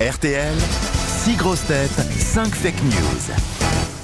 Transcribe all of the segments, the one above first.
RTL, 6 grosses têtes, 5 fake news.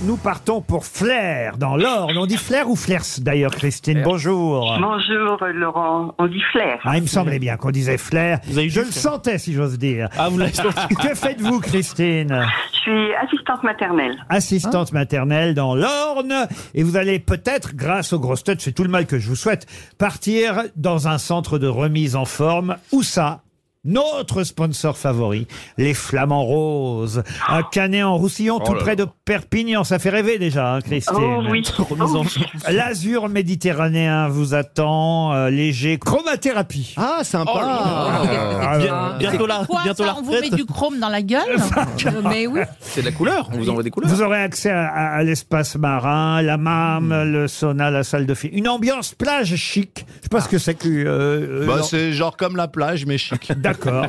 Nous partons pour Flair, dans l'Orne. On dit Flair ou Flers d'ailleurs, Christine Bonjour. Bonjour euh, Laurent, on dit flair. Ah, il me semblait bien qu'on disait Flair. Vous avez Je dit le Flair. sentais, si j'ose dire. Ah, vous l'avez que faites-vous, Christine Je suis assistante maternelle. Hein Assistante maternelle dans l'Orne. Et vous allez peut-être, grâce aux grosses têtes, c'est tout le mal que je vous souhaite, partir dans un centre de remise en forme. Où ça notre sponsor favori, les Flamands Roses, un canet en Roussillon, Oh tout près de Perpignan. Ça fait rêver déjà, hein, Christine. Oh oui. remise en Oh, L'azur méditerranéen vous attend, euh, léger, chromathérapie. Ah, sympa Ah, Bien- bientôt la, Quoi, bientôt la ça, on vous met retraite. du chrome dans la gueule Euh, Mais oui. C'est de la couleur, on vous envoie des couleurs. Vous aurez accès à, à- à l'espace marin, la mame, le sauna, la salle de film. Une ambiance plage chic. Je sais pas ce que c'est que... euh, euh, Bah, non. c'est genre comme la plage, mais chic. D'accord.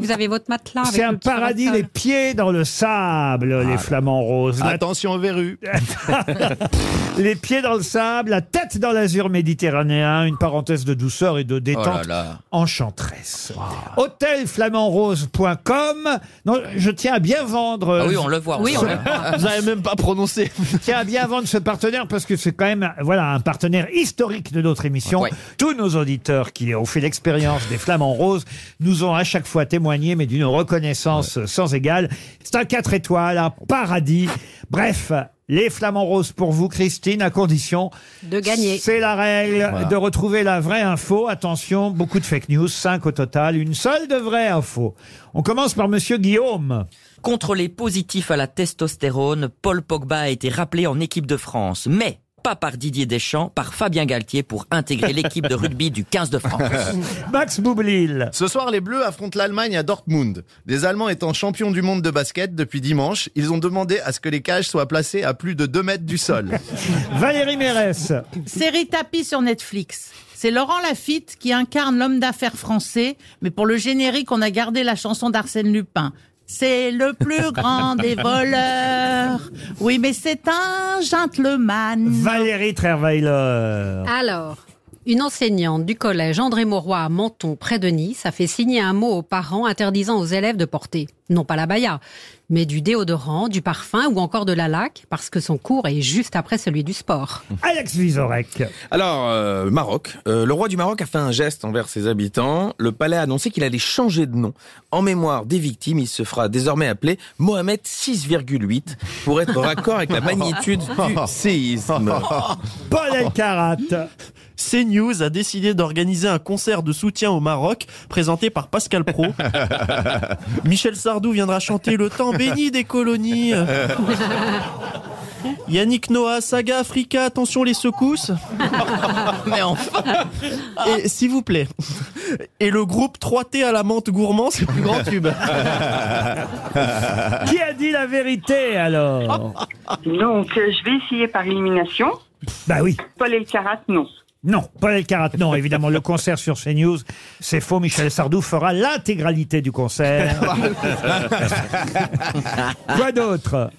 Vous avez votre matelas. C'est un paradis, les pieds dans le sable, les flamants roses. La- Attention aux verrues. les pieds dans le sable, la tête dans l'azur méditerranéen, une parenthèse de douceur et de Oh détente là là. enchanteresse. Hôtelflamandrose.com. Non, je tiens à bien vendre. euh, Ah oui, on le voit. on Oui, le on voit. le voit. Vous n'avez même pas prononcé. Je tiens à bien vendre ce partenaire parce que c'est quand même voilà un partenaire historique de notre émission. Ouais. Tous nos auditeurs qui ont fait l'expérience des Flamands Roses nous ont à chaque fois témoigné, mais d'une reconnaissance sans égale. C'est un 4 étoiles, un paradis. Bref. Les flamants roses pour vous, Christine, à condition De gagner. C'est la règle de retrouver la vraie info. Attention, beaucoup de fake news, 5 au total, une seule de vraie info. On commence par Monsieur Guillaume. Contrôlé positif à la testostérone, Paul Pogba a été rappelé en équipe de France, mais pas par Didier Deschamps, par Fabien Galtier pour intégrer l'équipe de rugby du 15 de France. Max Boublil. Ce soir, les Bleus affrontent l'Allemagne à Dortmund. Les Allemands étant champions du monde de basket depuis dimanche, ils ont demandé à ce que les cages soient placées à plus de 2 mètres du sol. Valérie Mérès. Série tapis sur Netflix. C'est Laurent Lafitte qui incarne l'homme d'affaires français, mais pour le générique, on a gardé la chanson d'Arsène Lupin. C'est le plus grand des voleurs. Oui, mais c'est un gentleman. Valérie Trerweiler. Alors, une enseignante du collège André Mauroy à Menton, près de Nice, a fait signer un mot aux parents interdisant aux élèves de porter, non pas la baya, mais du déodorant, du parfum ou encore de la laque, parce que son cours est juste après celui du sport. Alex Vizorek. Alors, euh, Maroc. Euh, le roi du Maroc a fait un geste envers ses habitants. Le palais a annoncé qu'il allait changer de nom. En mémoire des victimes, il se fera désormais appeler Mohamed 6,8 pour être raccord avec la magnitude du séisme. Paul Elkarat. CNews a décidé d'organiser un concert de soutien au Maroc présenté par Pascal Pro. Michel Sardou viendra chanter Le temps béni des colonies. Yannick Noah, saga Africa, attention les secousses. Mais enfin, Et s'il vous plaît. Et le groupe 3T à la menthe gourmand, c'est le plus grand tube. Qui a dit la vérité alors Donc euh, je vais essayer par élimination. Bah oui. Paul Elkarat, non. Non, Paul Elkarat, non, évidemment. Le concert sur CNews, c'est faux. Michel Sardou fera l'intégralité du concert. Quoi d'autre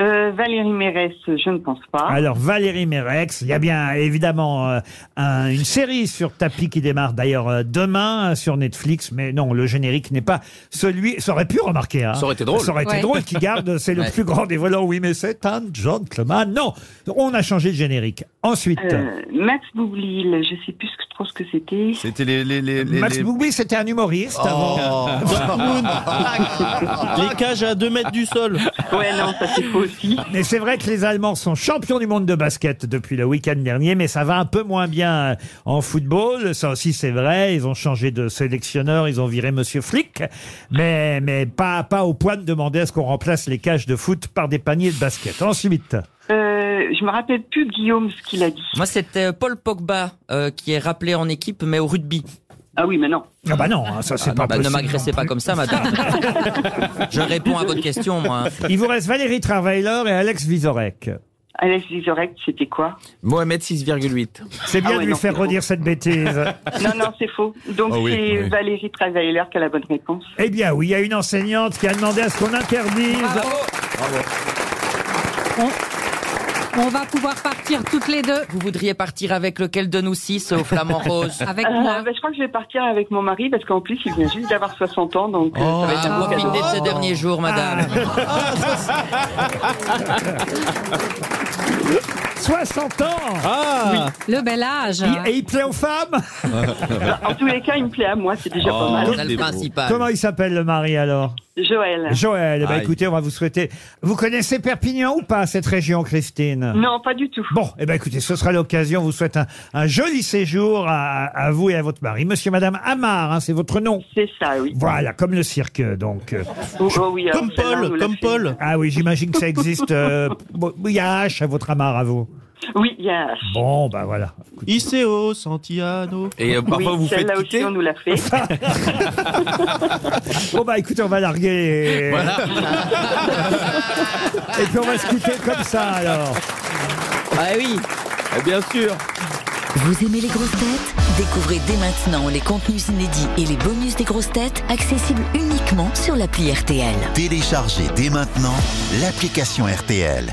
Euh, Valérie Mérès, je ne pense Ah. pas. Alors, Valérie Mérex, il y a bien évidemment euh, un- une série sur tapis qui démarre d'ailleurs euh, demain euh, sur Netflix, mais non, le générique n'est pas celui. Ça aurait pu remarquer. Hein. Ça aurait été drôle. Ça aurait été Ouais. drôle qui garde, c'est le Ouais. plus grand des volants. Oui, mais c'est un gentleman. Non, on a changé le générique. Ensuite. Euh, Max Boublil, je sais plus ce que- trop ce que c'était. C'était les... les, les, les- Max les- Boublil, c'était un humoriste avant. Oh. Les cages à 2 mètres du sol. Ouais, non, ça c'est faux aussi. Mais c'est vrai que les Allemands sont champions du monde de basket depuis le week-end dernier, mais ça va un peu moins bien euh, en football. Ça aussi, c'est vrai. Ils ont changé de sélectionneur, ils ont viré Monsieur Flick, mais, mais pas, pas au point de demander à ce qu'on remplace les cages de foot par des paniers de basket. Ensuite, Euh, je me rappelle plus Guillaume ce qu'il a dit. Moi, c'était euh, Paul Pogba euh, qui est rappelé en équipe, mais au rugby. Ah oui, mais non. ah bah non, hein, ça c'est Ah pas non, bah, ne possible. m'agressez pas comme ça, madame. Je réponds à votre question, moi. Il vous reste Valérie Travailer et Alex Vizorek. Alex Vizorek, c'était quoi Mohamed 6,8. C'est bien Ah ouais, de lui non, faire c'est faux. redire cette bêtise. Non, non, c'est faux. Donc Ah oui, c'est oui. Valérie Travailleur qui a la bonne réponse. eh bien oui, il y a une enseignante qui a demandé à ce qu'on interdise On va pouvoir partir toutes les deux Vous voudriez partir avec lequel de nous six au flamant rose avec Euh, moi. bah, je crois que je vais partir avec mon mari parce qu'en plus il vient juste d'avoir 60 ans donc. euh, Oh, ça va mais être tu un beau profites cadeau. de ces derniers jours, madame. Ah. 60 ans Ah Le bel âge. Il- Et il plaît aux femmes En tous les cas, il me plaît à moi, c'est déjà pas Ah, mal. Voilà le principal. Comment il s'appelle le mari alors Joël. Joël. Eh ben, Aïe. écoutez, on va vous souhaiter. Vous connaissez Perpignan ou pas, cette région, Christine Non, pas du tout. Bon, eh ben écoutez, ce sera l'occasion. On vous souhaite un, un joli séjour à, à vous et à votre mari. Monsieur, madame Amar, hein, c'est votre nom. C'est ça, oui. Voilà, comme le cirque, donc. euh. Oh, oh oui, alors, Comme celle-là, on nous Paul, l'a comme fait. Paul. Ah oui, j'imagine que ça existe. euh, bon, Il y a un H à votre Amar, à vous. Oui, il y a. Bon, bah voilà. Iseo, Santiano. Et euh, parfois oui, vous faites celle-là aussi, quitter. on nous l'a fait. Bon, bah écoutez, on va larguer. et puis on va se quitter comme ça, alors. Ah oui. Eh Bien sûr. Vous aimez les grosses têtes Découvrez dès maintenant les contenus inédits et les bonus des grosses têtes accessibles uniquement sur l'appli RTL. Téléchargez dès maintenant l'application RTL.